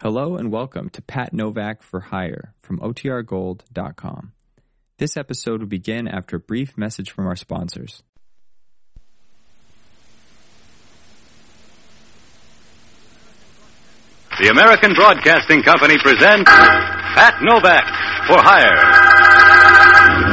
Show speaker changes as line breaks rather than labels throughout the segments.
Hello and welcome to Pat Novak for Hire from OTRGold.com. This episode will begin after a brief message from our sponsors.
The American Broadcasting Company presents Pat Novak for Hire.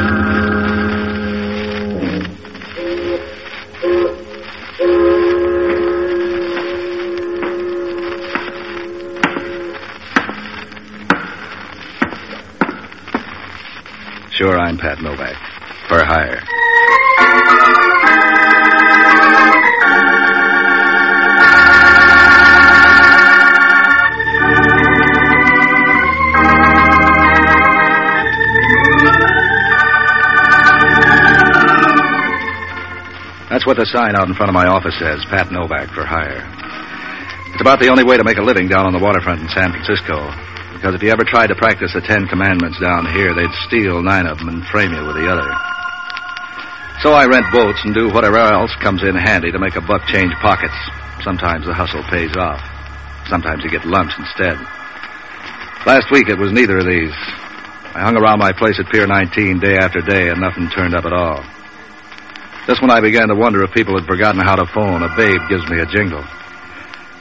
Sure, I'm Pat Novak for Hire. That's what the sign out in front of my office says Pat Novak for hire. It's about the only way to make a living down on the waterfront in San Francisco. Because if you ever tried to practice the Ten Commandments down here, they'd steal nine of them and frame you with the other. So I rent boats and do whatever else comes in handy to make a buck change pockets. Sometimes the hustle pays off. Sometimes you get lumps instead. Last week it was neither of these. I hung around my place at Pier 19 day after day and nothing turned up at all. Just when I began to wonder if people had forgotten how to phone, a babe gives me a jingle.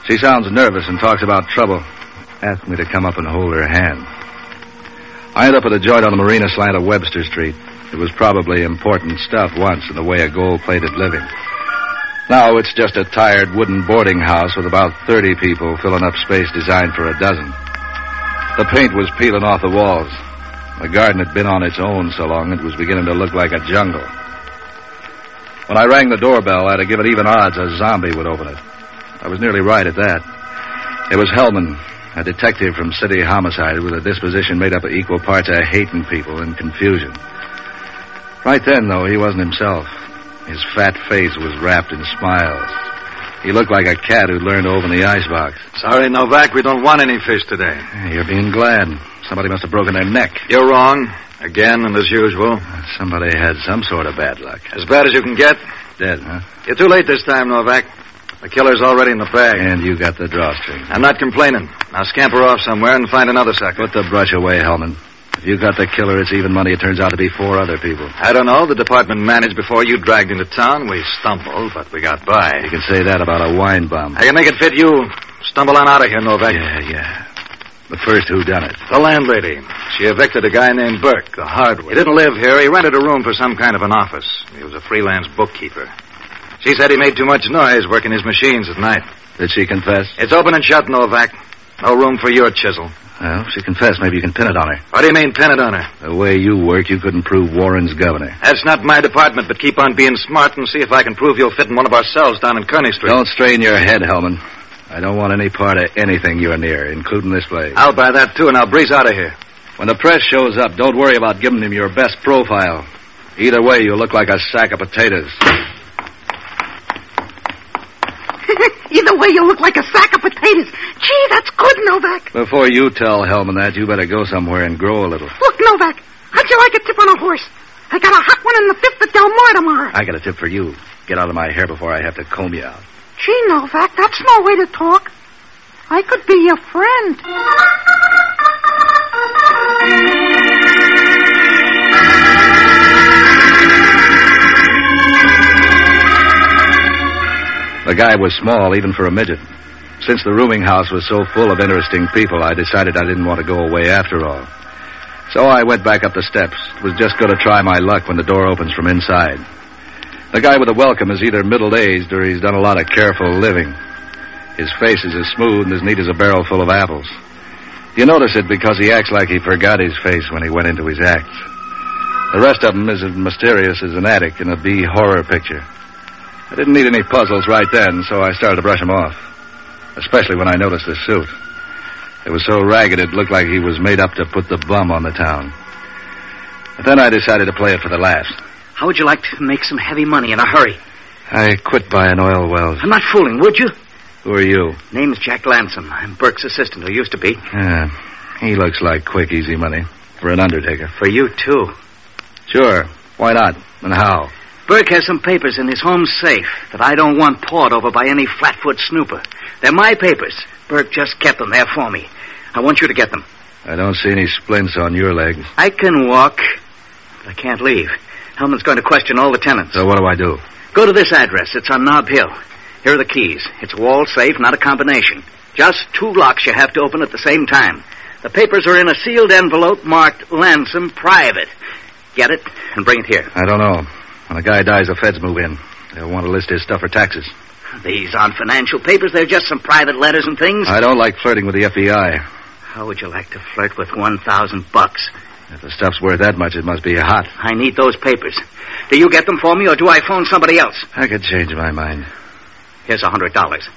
She sounds nervous and talks about trouble. Asked me to come up and hold her hand. I end up at a joint on the marina slant of Webster Street. It was probably important stuff once in the way of gold plated living. Now it's just a tired wooden boarding house with about 30 people filling up space designed for a dozen. The paint was peeling off the walls. The garden had been on its own so long it was beginning to look like a jungle. When I rang the doorbell, I'd have given even odds a zombie would open it. I was nearly right at that. It was Hellman, a detective from City Homicide with a disposition made up of equal parts of hating people and confusion. Right then, though, he wasn't himself. His fat face was wrapped in smiles. He looked like a cat who'd learned to open the icebox.
Sorry, Novak, we don't want any fish today.
You're being glad. Somebody must have broken their neck.
You're wrong. Again, and as usual.
Somebody had some sort of bad luck.
As bad as you can get.
Dead, huh?
You're too late this time, Novak. The killer's already in the bag.
And you got the drawstring.
I'm not complaining. Now scamper off somewhere and find another sucker.
Put the brush away, Hellman. If you got the killer, it's even money. It turns out to be four other people.
I don't know. The department managed before you dragged into town. We stumbled, but we got by.
You can say that about a wine bomb.
I can make it fit you. Stumble on out of here, Novak.
Yeah, yeah. The first who done it.
The landlady. She evicted a guy named Burke, the hardware. He didn't live here. He rented a room for some kind of an office. He was a freelance bookkeeper. She said he made too much noise working his machines at night.
Did she confess?
It's open and shut, Novak. No room for your chisel.
Well, if she confessed. Maybe you can pin it on her.
What do you mean, pin it on her?
The way you work, you couldn't prove Warren's governor.
That's not my department, but keep on being smart and see if I can prove you'll fit in one of ourselves down in Kearney Street.
Don't strain your head, Hellman. I don't want any part of anything you're near, including this place.
I'll buy that, too, and I'll breeze out of here.
When the press shows up, don't worry about giving them your best profile. Either way, you look like a sack of potatoes.
Either way, you look like a sack of potatoes. Gee, that's good, Novak.
Before you tell Hellman that, you better go somewhere and grow a little.
Look, Novak, how'd you like a tip on a horse? I got a hot one in the fifth at Del Mar tomorrow.
I got a tip for you. Get out of my hair before I have to comb you out.
Gee, Novak, that's no way to talk. I could be your friend.
The guy was small, even for a midget. Since the rooming house was so full of interesting people, I decided I didn't want to go away after all. So I went back up the steps. Was just going to try my luck when the door opens from inside. The guy with the welcome is either middle aged or he's done a lot of careful living. His face is as smooth and as neat as a barrel full of apples. You notice it because he acts like he forgot his face when he went into his act. The rest of him is as mysterious as an attic in a B horror picture. I didn't need any puzzles right then, so I started to brush him off. Especially when I noticed the suit. It was so ragged it looked like he was made up to put the bum on the town. But then I decided to play it for the laughs.
How would you like to make some heavy money in a hurry?
I quit buying oil wells.
I'm not fooling, would you?
Who are you?
Name's Jack Lansom. I'm Burke's assistant, or used to be.
Yeah, he looks like quick, easy money for an undertaker.
For you, too.
Sure. Why not? And how?
Burke has some papers in his home safe that I don't want pawed over by any flatfoot snooper. They're my papers. Burke just kept them there for me. I want you to get them.
I don't see any splints on your leg.
I can walk, but I can't leave. Hellman's going to question all the tenants.
So what do I do?
Go to this address. It's on Nob Hill. Here are the keys. It's a wall safe, not a combination. Just two locks you have to open at the same time. The papers are in a sealed envelope marked Lansom Private. Get it and bring it here.
I don't know. When a guy dies, the feds move in. They'll want to list his stuff for taxes.
These aren't financial papers. They're just some private letters and things.
I don't like flirting with the FBI.
How would you like to flirt with 1,000 bucks?
If the stuff's worth that much, it must be hot.
I need those papers. Do you get them for me or do I phone somebody else?
I could change my mind.
Here's a hundred dollars.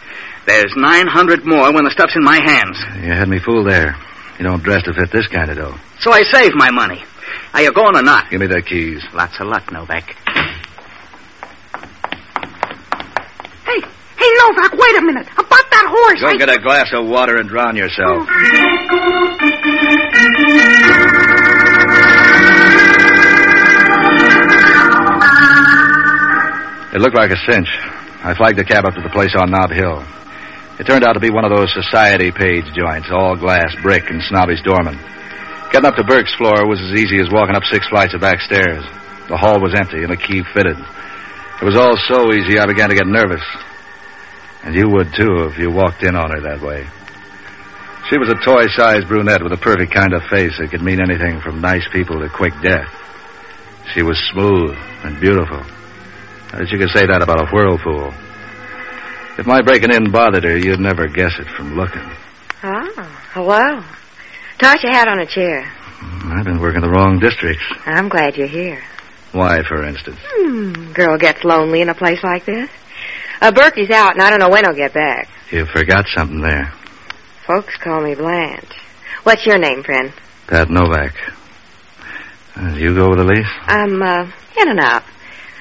There's nine hundred more when the stuff's in my hands.
You had me fooled there. You don't dress to fit this kind of dough.
So I save my money. Are you going or not?
Give me the keys.
Lots of luck, Novak.
Hey, hey, Novak, wait a minute. About that horse. I-
a glass of water and drown yourself. It looked like a cinch. I flagged a cab up to the place on Knob Hill. It turned out to be one of those society page joints, all glass, brick, and snobbish doorman. Getting up to Burke's floor was as easy as walking up six flights of back stairs. The hall was empty and the key fitted. It was all so easy I began to get nervous. And you would too if you walked in on her that way. She was a toy sized brunette with a perfect kind of face that could mean anything from nice people to quick death. She was smooth and beautiful. I guess you could say that about a whirlpool. If my breaking in bothered her, you'd never guess it from looking.
Oh, hello. Toss your hat on a chair.
Hmm, I've been working the wrong districts.
I'm glad you're here.
Why, for instance?
Hmm, girl gets lonely in a place like this. Uh, Berkey's out, and I don't know when he'll get back.
You forgot something there.
Folks call me Blanche. What's your name, friend?
Pat Novak. Uh, You go with the lease?
I'm, uh, in and out.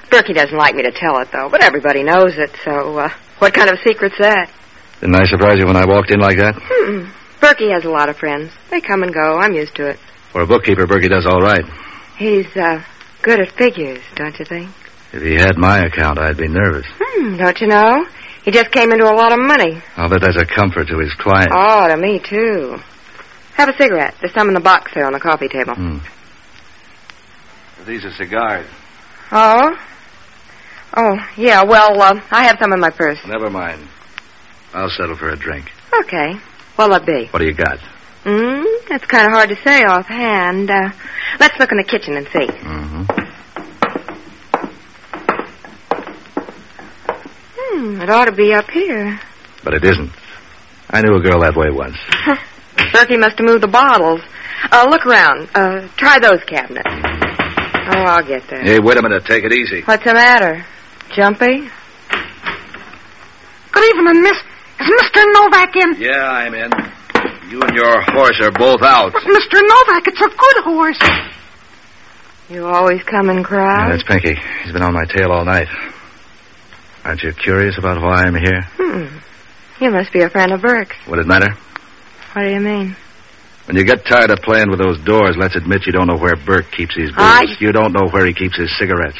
Berkey doesn't like me to tell it, though, but everybody knows it, so, uh, what kind of secret's that?
Didn't I surprise you when I walked in like that?
Hmm. Berkey has a lot of friends. They come and go. I'm used to it.
For a bookkeeper, Berkey does all right.
He's, uh, good at figures, don't you think?
If he had my account, I'd be nervous.
Hmm, don't you know? He just came into a lot of money.
I'll bet that's a comfort to his client.
Oh, to me, too. Have a cigarette. There's some in the box there on the coffee table.
Hmm. These are cigars.
Oh? Oh, yeah, well, uh, I have some in my purse.
Never mind. I'll settle for a drink.
Okay. What'll it be?
What do you got?
Mm, that's kind of hard to say offhand. Uh, let's look in the kitchen and see.
Mm-hmm.
Hmm, it ought to be up here.
But it isn't. I knew a girl that way once.
Berkey must have moved the bottles. Uh, look around. Uh, try those cabinets. Oh, I'll get there.
Hey, wait a minute. Take it easy.
What's the matter? Jumpy?
Good evening, miss. Is Mr. Novak in?
Yeah, I'm in. You and your horse are both out.
But Mr. Novak, it's a good horse.
You always come and
Yeah,
cry?
that's Pinky. He's been on my tail all night. Aren't you curious about why I'm here?
Hmm. You must be a friend of Burke's.
Would it matter?
What do you mean?
When you get tired of playing with those doors, let's admit you don't know where Burke keeps his booze.
I-
You don't know where he keeps his cigarettes.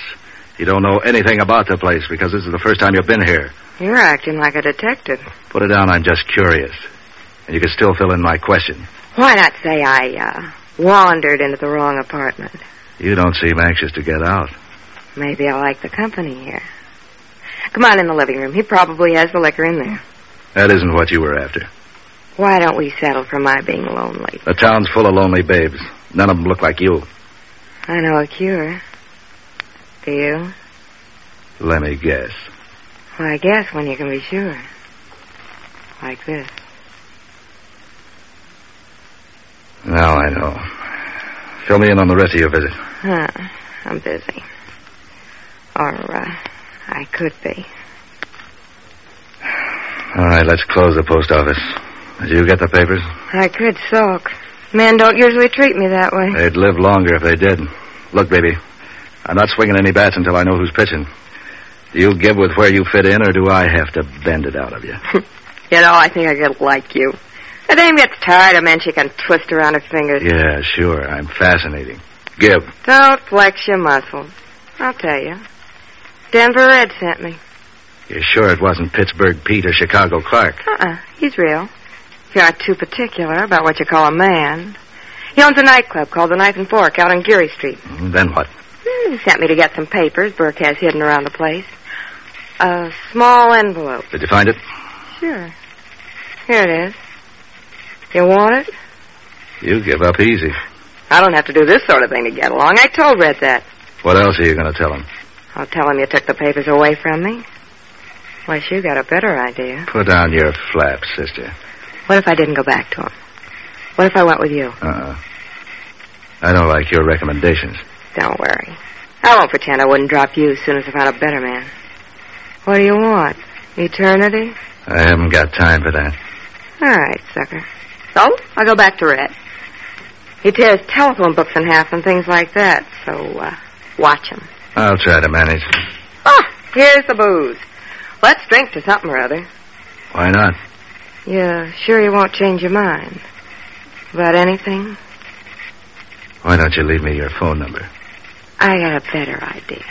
You don't know anything about the place because this is the first time you've been here.
You're acting like a detective.
Put it down, I'm just curious. And you can still fill in my question.
Why not say I, uh, wandered into the wrong apartment?
You don't seem anxious to get out.
Maybe I like the company here. Come on in the living room. He probably has the liquor in there.
That isn't what you were after.
Why don't we settle for my being lonely?
The town's full of lonely babes. None of them look like you.
I know a cure. Do you?
Let me guess.
Well, I guess when you can be sure. Like this.
Now I know. Fill me in on the rest of your visit.
Huh. I'm busy. Or, uh, I could be.
All right, let's close the post office. Did you get the papers?
I could sulk. Men don't usually treat me that way.
They'd live longer if they did. Look, baby, I'm not swinging any bats until I know who's pitching. Do you give with where you fit in, or do I have to bend it out of you?
You know, I think I could like you. The dame gets tired of men she can twist around her fingers.
yeah, sure. I'm fascinating. Give.
Don't flex your muscles. I'll tell you. Denver Ed sent me.
You're sure it wasn't Pittsburgh Pete or Chicago Clark?
Uh-uh. He's real. If you're not too particular about what you call a man. He owns a nightclub called the Knife and Fork out on Geary Street.
Then what?
Hmm, He sent me to get some papers Burke has hidden around the place. A small envelope.
Did you find it?
Sure. Here it is. You want it?
You give up easy.
I don't have to do this sort of thing to get along. I told Red that.
What else are you going to tell him?
I'll tell him you took the papers away from me. Unless you got a better idea.
Put down your flaps, sister.
What if I didn't go back to him? What if I went with you?
Uh-uh. I don't like your recommendations.
Don't worry. I won't pretend I wouldn't drop you as soon as I found a better man. What do you want? Eternity?
I haven't got time for that.
All right, sucker. So, I'll go back to Red. He tears telephone books in half and things like that, so, uh, watch him.
I'll try to manage.
Ah, here's the booze. Let's drink to something or other.
Why not?
Yeah, sure you won't change your mind. About anything?
Why don't you leave me your phone number?
I got a better idea.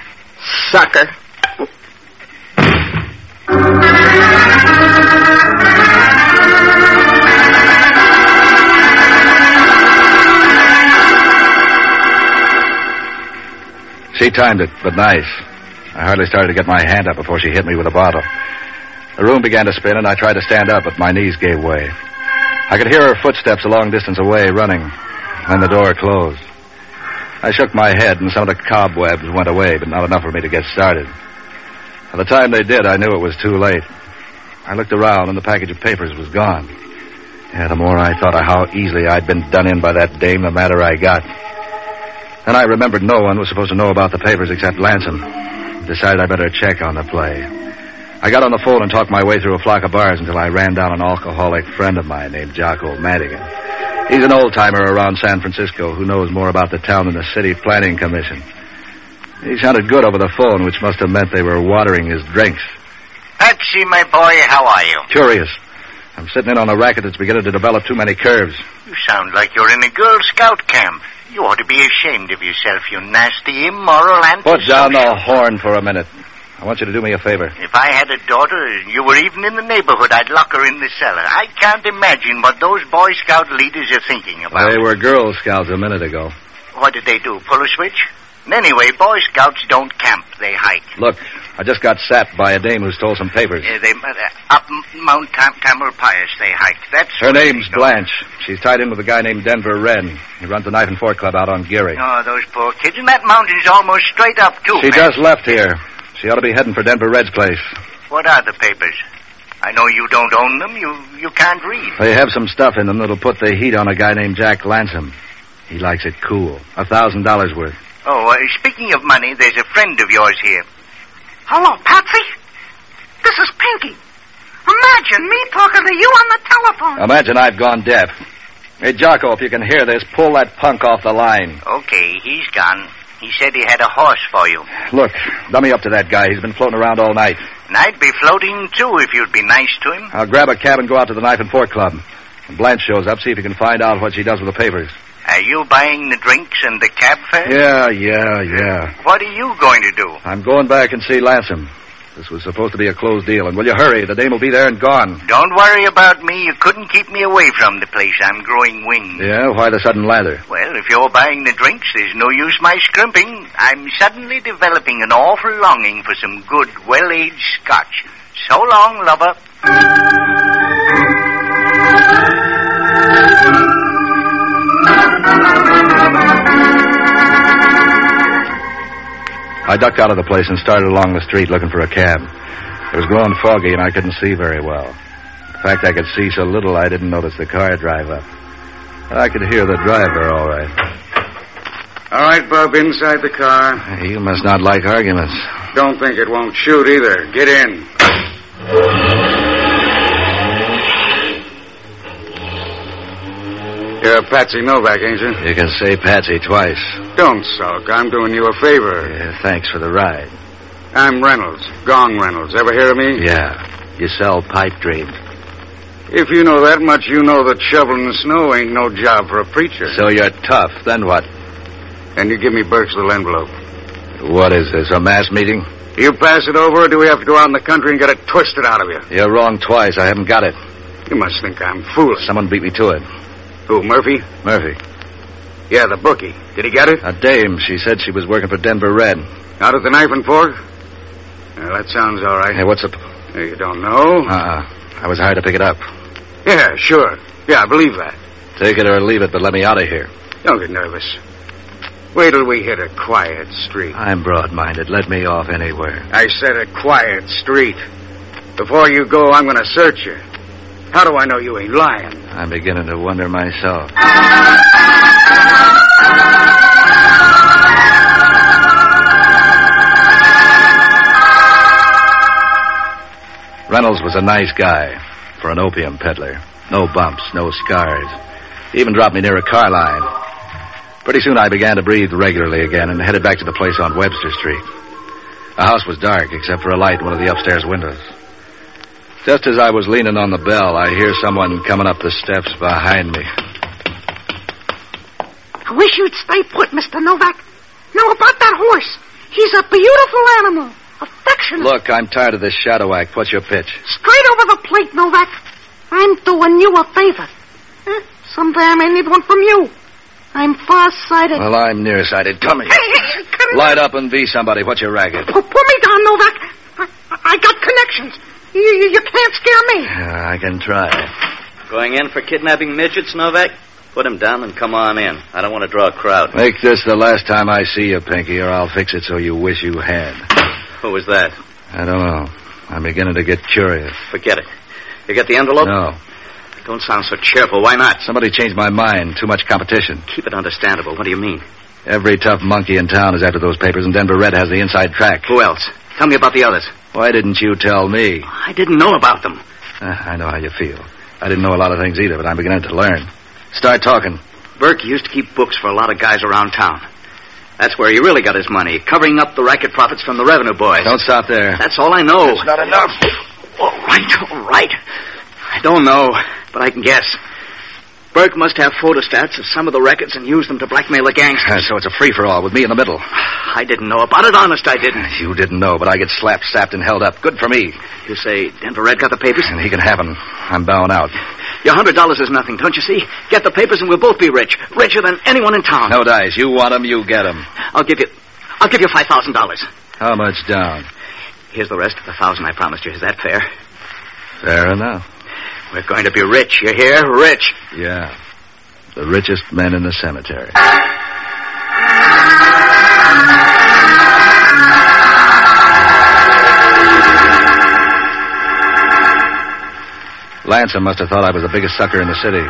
Sucker.
She timed it, but nice. I hardly started to get my hand up before she hit me with a bottle. The room began to spin, and I tried to stand up, but my knees gave way. I could hear her footsteps a long distance away running. Then the door closed. I shook my head, and some of the cobwebs went away, but not enough for me to get started. By the time they did, I knew it was too late. I looked around, and the package of papers was gone. Yeah, the more I thought of how easily I'd been done in by that dame, the madder I got. Then I remembered no one was supposed to know about the papers except Lansom. Decided I better check on the play. I got on the phone and talked my way through a flock of bars until I ran down an alcoholic friend of mine named Jocko Madigan. He's an old timer around San Francisco who knows more about the town than the city planning commission. He sounded good over the phone, which must have meant they were watering his drinks.
Patsy, my boy, how are you?
Curious. I'm sitting in on a racket that's beginning to develop too many curves.
You sound like you're in a Girl Scout camp. You ought to be ashamed of yourself, you nasty, immoral, and.
Put down the horn for a minute. I want you to do me a favor.
If I had a daughter and you were even in the neighborhood, I'd lock her in the cellar. I can't imagine what those Boy Scout leaders are thinking about.
They were Girl Scouts a minute ago.
What did they do? Pull a switch? Anyway, Boy Scouts don't camp, they hike.
Look, I just got sapped by a dame who stole some papers.
Uh, they uh, up M- Mount Tam- Tamalpais they hike. That's
Her
what they
name's
do.
Blanche. She's tied in with a guy named Denver Wren. He runs the Knife and Fork Club out on Geary.
Oh, those poor kids. And that mountain's almost straight up too.
She
Pat.
just left here. She ought to be heading for Denver Red's place.
What are the papers? I know you don't own them. You you can't read.
They have some stuff in them that'll put the heat on a guy named Jack Lansom. He likes it cool. A thousand dollars worth.
Oh, uh, speaking of money, there's a friend of yours here.
Hello, Patsy. This is Pinky. Imagine me talking to you on the telephone.
Imagine I've gone deaf. Hey, Jocko, if you can hear this, pull that punk off the line.
Okay, he's gone. He said he had a horse for you,
Look, dummy up to that guy. He's been floating around all night.
and I'd be floating too if you'd be nice to him.
I'll grab a cab and go out to the Knife and Fork Club. When Blanche shows up, see if you can find out what she does with the papers.
Are you buying the drinks and the cab fare?
Yeah, yeah, yeah.
What are you going to do?
I'm going back and see Lansom. This was supposed to be a closed deal, and will you hurry? The dame will be there and gone.
Don't worry about me. You couldn't keep me away from the place. I'm growing wings.
Yeah, why the sudden lather?
Well, if you're buying the drinks, there's no use my scrimping. I'm suddenly developing an awful longing for some good, well-aged scotch. So long, lover.
I ducked out of the place and started along the street looking for a cab. It was growing foggy, and I couldn't see very well. In fact, I could see so little I didn't notice the car drive up. But I could hear the driver all right.
All right, Bub, inside the car.
You must not like arguments.
Don't think it won't shoot either. Get in. You're a Patsy Novak, ain't you?
You can say Patsy twice.
Don't sulk. I'm doing you a favor.
Yeah, thanks for the ride.
I'm Reynolds, Gong Reynolds. Ever hear of me?
Yeah, you sell pipe dreams.
If you know that much, you know that shoveling the snow ain't no job for a preacher.
So you're tough. Then what?
And you give me Burke's little envelope.
What is this, a mass meeting?
Do you pass it over, or do we have to go out in the country and get it twisted out of you?
You're wrong twice. I haven't got it.
You must think I'm foolish.
Someone beat me to it.
Who, Murphy?
Murphy.
Yeah, the bookie. Did he get it?
A dame. She said she was working for Denver Red.
Out of the knife and fork? Yeah, that sounds all right.
Hey, what's up?
Yeah, You don't know?
Uh-uh. I was hired to pick it up.
Yeah, sure. Yeah, I believe that.
Take it or leave it, but let me out of here.
Don't get nervous. Wait till we hit a quiet street.
I'm broad-minded. Let me off anywhere.
I said a quiet street. Before you go, I'm going to search you. How do I know you ain't lying?
I'm beginning to wonder myself. Reynolds was a nice guy for an opium peddler. No bumps, no scars. He even dropped me near a car line. Pretty soon I began to breathe regularly again and headed back to the place on Webster Street. The house was dark except for a light in one of the upstairs windows. Just as I was leaning on the bell, I hear someone coming up the steps behind me.
I wish you'd stay put, Mr. Novak. Now, about that horse. He's a beautiful animal. Affectionate.
Look, I'm tired of this shadow act. What's your pitch?
Straight over the plate, Novak. I'm doing you a favor. Eh, someday I may need one from you. I'm farsighted.
Well, I'm nearsighted. Come here.
hey, hey, hey, come
Light up and be somebody. What's your racket?
Pu- Put me down, Novak. I, I got connections. You, you, you can't scare me.
Yeah, I can try.
Going in for kidnapping midgets, Novak? Put him down and come on in. I don't want to draw a crowd.
Make this the last time I see you, Pinky, or I'll fix it so you wish you had.
Who was that?
I don't know. I'm beginning to get curious.
Forget it. You got the envelope?
No.
Don't sound so cheerful. Why not?
Somebody changed my mind. Too much competition.
Keep it understandable. What do you mean?
Every tough monkey in town is after those papers, and Denver Red has the inside track.
Who else? Tell me about the others.
Why didn't you tell me?
I didn't know about them.
Uh, I know how you feel. I didn't know a lot of things either, but I'm beginning to learn. Start talking.
Burke used to keep books for a lot of guys around town. That's where he really got his money, covering up the racket profits from the revenue boys.
Don't stop there.
That's all I know.
not enough.
All right, all right. I don't know, but I can guess. Burke must have photostats of some of the records and used them to blackmail the
Uh,
gangsters.
so it's a free for all with me in the middle.
I didn't know about it. Honest, I didn't.
You didn't know, but I get slapped, sapped, and held up. Good for me.
You say Denver Red got the papers?
And he can have 'em. I'm bowing out.
Your hundred dollars is nothing, don't you see? Get the papers and we'll both be rich. Richer than anyone in town.
No dice. You want 'em, you get 'em.
I'll give you I'll give you five thousand dollars.
How much down?
Here's the rest of the thousand I promised you. Is that fair?
Fair enough.
We're going to be rich, you hear? Rich.
Yeah. The richest men in the cemetery. Lansom must have thought I was the biggest sucker in the city.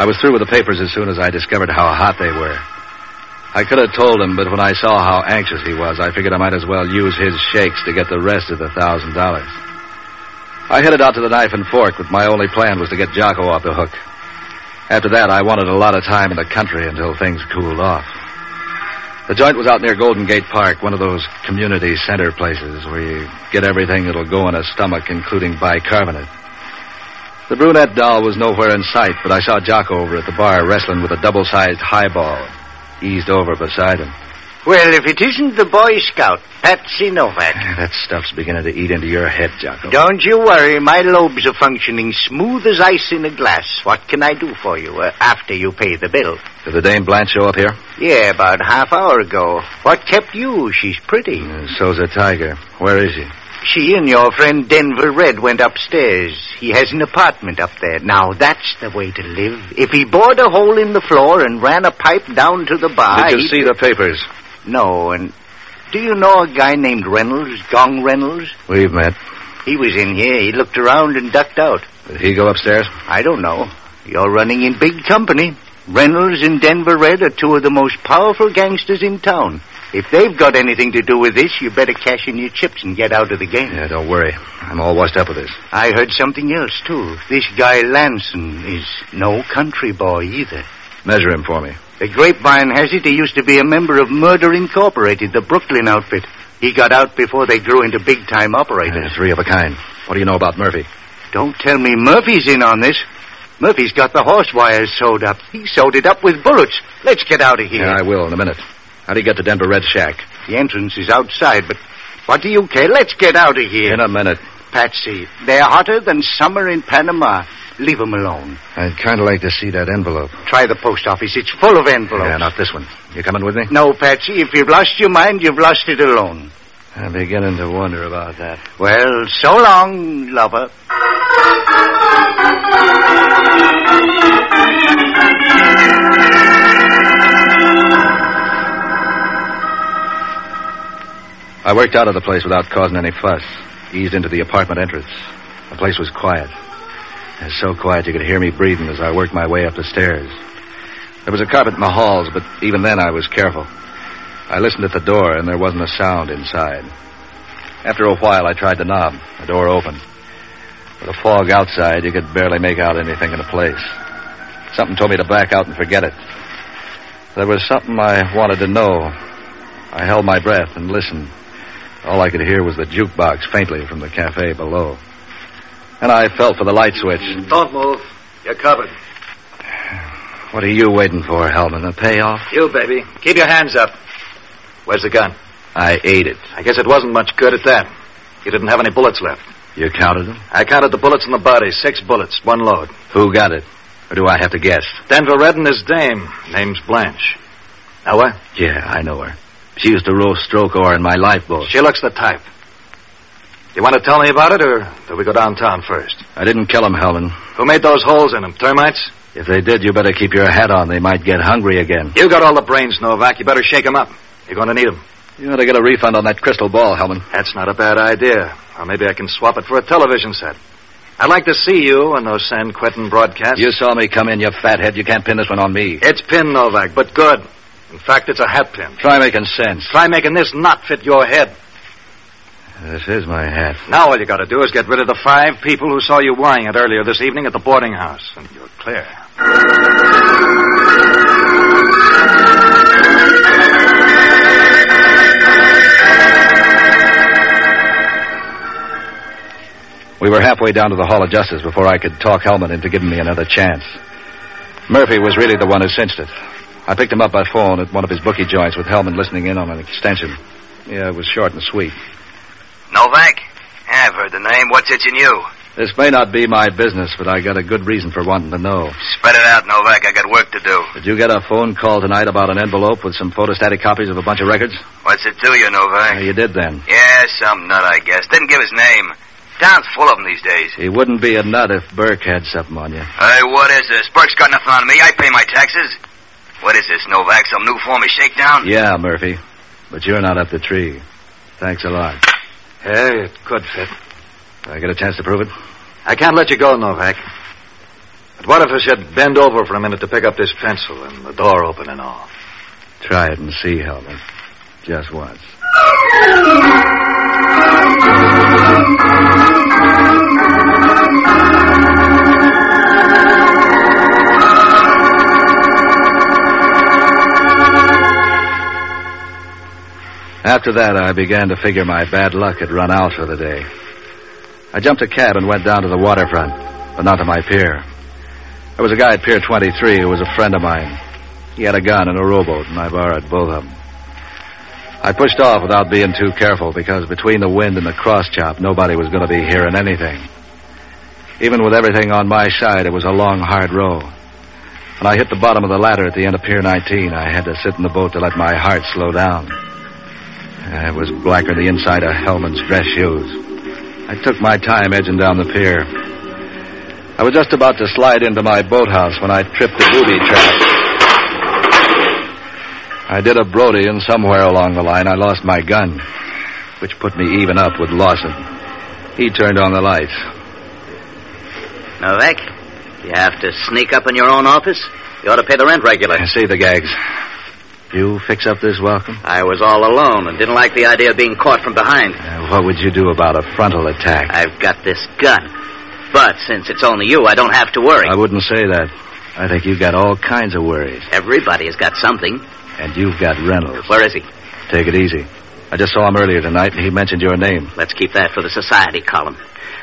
I was through with the papers as soon as I discovered how hot they were. I could have told him, but when I saw how anxious he was, I figured I might as well use his shakes to get the rest of the thousand dollars. I headed out to the knife and fork, but my only plan was to get Jocko off the hook. After that, I wanted a lot of time in the country until things cooled off. The joint was out near Golden Gate Park, one of those community center places where you get everything that'll go in a stomach, including bicarbonate. The brunette doll was nowhere in sight, but I saw Jocko over at the bar wrestling with a double-sized highball, eased over beside him.
Well, if it isn't the Boy Scout, Patsy Novak.
That stuff's beginning to eat into your head, Jocko.
Don't you worry, my lobes are functioning smooth as ice in a glass. What can I do for you uh, after you pay the bill?
Did the Dame Blanche show up here?
Yeah, about half hour ago. What kept you? She's pretty.
Uh, So's a tiger. Where is he?
She and your friend Denver Red went upstairs. He has an apartment up there. Now, that's the way to live. If he bored a hole in the floor and ran a pipe down to the bar...
Did you
he'd-
see the papers?
No, and... Do you know a guy named Reynolds, Gong Reynolds?
We've met.
He was in here. He looked around and ducked out.
Did he go upstairs?
I don't know. You're running in big company. Reynolds and Denver Red are two of the most powerful gangsters in town. If they've got anything to do with this, you better cash in your chips and get out of the game.
Yeah, don't worry. I'm all washed up with this.
I heard something else, too. This guy Lanson is no country boy either.
Measure him for me.
The grapevine has it he used to be a member of Murder Incorporated, the Brooklyn outfit. He got out before they grew into big time operators.
Uh, three of a kind. What do you know about Murphy?
Don't tell me Murphy's in on this. Murphy's got the horse wires sewed up. He sewed it up with bullets. Let's get out of here.
I will in a minute. How do you get to Denver Red Shack?
The entrance is outside, but
What do you care? Let's get out of here.
In a minute.
Patsy, they're hotter than summer in Panama. Leave them alone.
I'd kind of like to see that envelope.
Try the post office. It's full of envelopes.
Yeah, not this one. You coming with me?
No, Patsy, if you've lost your mind, you've lost it alone.
I'm beginning to wonder about that.
Well, so long, lover.
I worked out of the place without causing any fuss. Eased into the apartment entrance. The place was quiet. It was so quiet you could hear me breathing as I worked my way up the stairs. There was a carpet in the halls, but even then I was careful. I listened at the door, and there wasn't a sound inside. After a while, I tried the knob. The door opened. With the fog outside, you could barely make out anything in the place. Something told me to black out and forget it. There was something I wanted to know. I held my breath and listened. All I could hear was the jukebox faintly from the cafe below. And I felt for the light switch.
Don't move. You're covered.
What are you waiting for, Hellman? A payoff?
You, baby. Keep your hands up. Where's the gun?
I ate it.
I guess it wasn't much good at that. You didn't have any bullets left.
You counted them?
I counted the bullets in the body. Six bullets, one load.
Who got it? Or do I have to guess?
Denver Red and his dame. Name's Blanche. Now what?
Yeah, I know her. She used to roast stroke ore in my lifeboat.
She looks the type. You want to tell me about it, or do we go downtown first?
I didn't kill him, Hellman.
Who made those holes in him? Termites?
If they did, you better keep your hat on. They might get hungry again.
You got all the brains, Novak. You better shake 'em up. You're going to need 'em.
You ought to get a refund on that crystal ball, Hellman.
That's not a bad idea. Or maybe I can swap it for a television set. I'd like to see you on those San Quentin broadcasts.
You saw me come in, you fathead. You can't pin this one on me.
It's pin, Novak, but good. In fact, it's a hat pin.
Try making sense.
Try making this knot fit your head.
This is my hat.
Now all you gotta do is get rid of the five people who saw you wearing it earlier this evening at the boarding house, and you're clear.
We were halfway down to the Hall of Justice before I could talk Hellman into giving me another chance. Murphy was really the one who cinched it. I picked him up by phone at one of his bookie joints with Hellman listening in on an extension. Yeah, it was short and sweet.
Novak? Yeah, I've heard the name. What's itching you?
This may not be my business, but I got a good reason for wanting to know.
Spread it out, Novak. I got work to do.
Did you get a phone call tonight about an envelope with some photostatic copies of a bunch of records?
What's it to you, Novak?
Yeah, you did then.
Yeah, some nut, I guess. Didn't give his name. Town's full of 'em these days.
He wouldn't be a nut if Burke had something on you.
Hey, what is this? Burke's got nothing on me. I pay my taxes. What is this, Novak? Some new form of shakedown?
Yeah, Murphy. But you're not up the tree. Thanks a lot.
Hey, it could fit.
Did I get a chance to prove it?
I can't let you go, Novak. But what if I should bend over for a minute to pick up this pencil and the door open and all?
Try it and see, Hellman. Just once. After that, I began to figure my bad luck had run out for the day. I jumped a cab and went down to the waterfront, but not to my pier. There was a guy at Pier 23 who was a friend of mine. He had a gun and a rowboat, and I borrowed both of them. I pushed off without being too careful because between the wind and the cross chop, nobody was going to be hearing anything. Even with everything on my side, it was a long, hard row. When I hit the bottom of the ladder at the end of Pier 19, I had to sit in the boat to let my heart slow down. Uh, It was blacker than the inside of Hellman's dress shoes. I took my time edging down the pier. I was just about to slide into my boathouse when I tripped a booby trap. I did a Brody, and somewhere along the line I lost my gun, which put me even up with Lawson. He turned on the lights.
Novak, you have to sneak up in your own office. You ought to pay the rent regular.
I see the gags. You fix up this welcome?
I was all alone and didn't like the idea of being caught from behind.
Uh, what would you do about a frontal attack?
I've got this gun. But since it's only you, I don't have to worry.
I wouldn't say that. I think you've got all kinds of worries.
Everybody has got something.
And you've got Reynolds.
Where is he?
Take it easy. I just saw him earlier tonight, and he mentioned your name.
Let's keep that for the society column.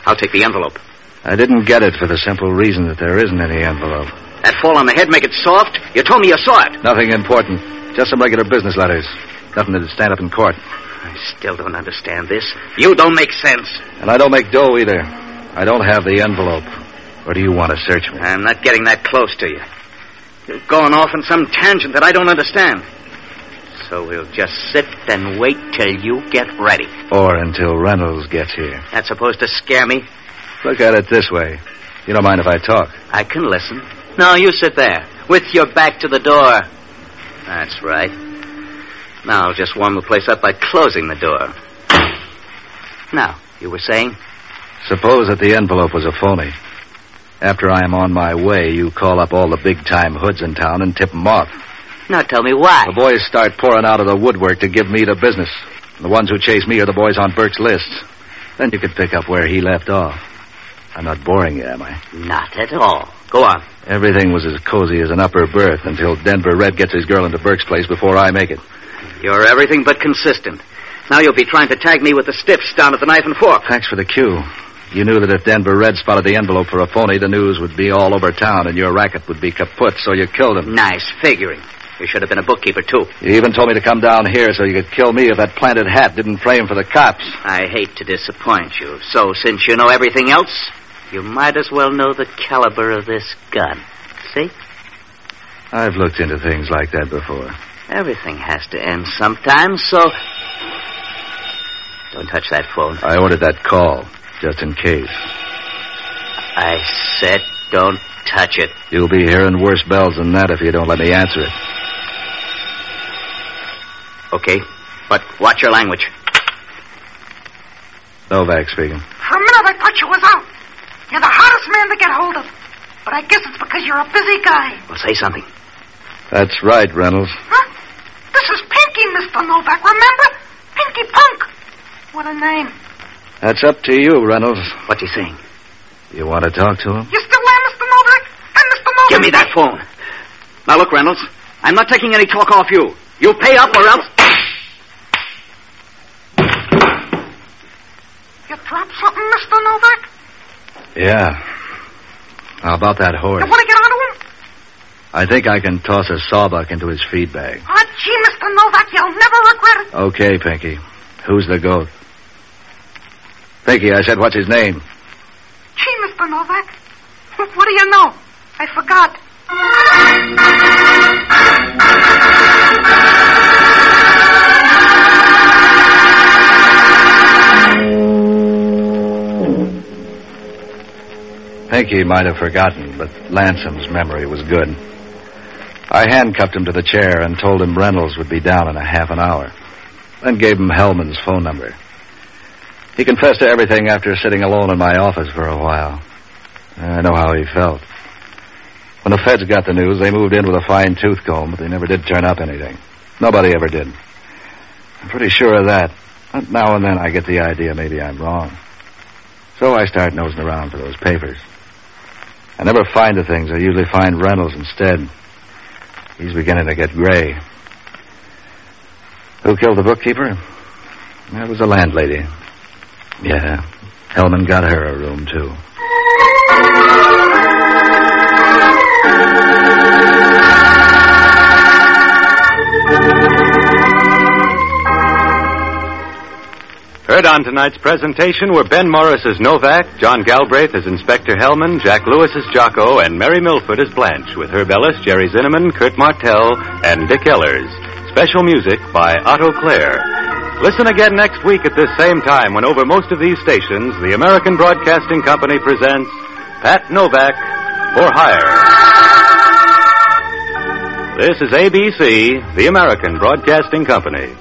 I'll take the envelope.
I didn't get it for the simple reason that there isn't any envelope.
That fall on the head make it soft? You told me you saw it.
Nothing important. Just some regular business letters. Nothing to stand up in court.
I still don't understand this. You don't make sense.
And I don't make dough either. I don't have the envelope. Or do you want to search me?
I'm not getting that close to you. You've gone off on some tangent that I don't understand. So we'll just sit and wait till you get ready.
Or until Reynolds gets here.
That's supposed to scare me?
Look at it this way. You don't mind if I talk.
I can listen. No, you sit there, with your back to the door. That's right. Now I'll just warm the place up by closing the door. Now, you were saying?
Suppose that the envelope was a phony. After I am on my way, you call up all the big time hoods in town and tip 'em off.
Now tell me why.
The boys start pouring out of the woodwork to give me the business. The ones who chase me are the boys on Burke's list. Then you can pick up where he left off. I'm not boring you, am I?
Not at all. Go on.
Everything was as cozy as an upper berth until Denver Red gets his girl into Burke's place before I make it.
You're everything but consistent. Now you'll be trying to tag me with the stiffs down at the knife and fork.
Thanks for the cue. You knew that if Denver Red spotted the envelope for a phony, the news would be all over town and your racket would be kaput, so you killed him.
Nice figuring. You should have been a bookkeeper, too.
You even told me to come down here so you could kill me if that planted hat didn't frame for the cops.
I hate to disappoint you. So, since you know everything else, you might as well know the caliber of this gun. See?
I've looked into things like that before.
Everything has to end sometime, so. Don't touch that phone.
I ordered that call, just in case.
I said don't touch it.
You'll be hearing worse bells than that if you don't let me answer it.
Okay? But watch your language.
Novak speaking.
For a minute, I thought you was out. You're the hardest man to get hold of. But I guess it's because you're a busy guy.
Well, say something.
That's right, Reynolds.
Huh? This is Pinky, Mr. Novak, remember? Pinky Punk. What a name.
That's up to you, Reynolds.
What's he saying?
You want to talk to him?
You still there, Mr. Novak? And Mr. Novak?
Give me that phone. Now, look, Reynolds, I'm not taking any talk off you. You pay up or else.
You dropped something, Mr. Novak?
Yeah. How about that
You
horse?
want to get onto him?
I think I can toss a sawbuck into his feed bag.
Oh, gee, Mr. Novak, you'll never regret it.
Okay, Pinky. Who's the goat? Pinky, I said, what's his name?
Gee, Mr. Novak. What do you know? I forgot.
Pinky might have forgotten, but Lansome's memory was good. I handcuffed him to the chair and told him Reynolds would be down in a half an hour, then gave him Hellman's phone number. He confessed to everything after sitting alone in my office for a while. I know how he felt. When the feds got the news, they moved in with a fine tooth comb, but they never did turn up anything. Nobody ever did. I'm pretty sure of that. But now and then I get the idea maybe I'm wrong. So I start nosing around for those papers. I never find the things. I usually find Reynolds instead. He's beginning to get gray. Who killed the bookkeeper? That was the landlady. Yeah. Hellman got her a room, too.
Heard on tonight's presentation were Ben Morris as Novak, John Galbraith as Inspector Hellman, Jack Lewis as Jocko, and Mary Milford as Blanche, with Herb Ellis, Jerry Zinneman, Kurt Martell, and Dick Ellers. Special music by Otto Clare. Listen again next week at this same time when over most of these stations, the American Broadcasting Company presents Pat Novak for Hire. This is ABC, the American Broadcasting Company.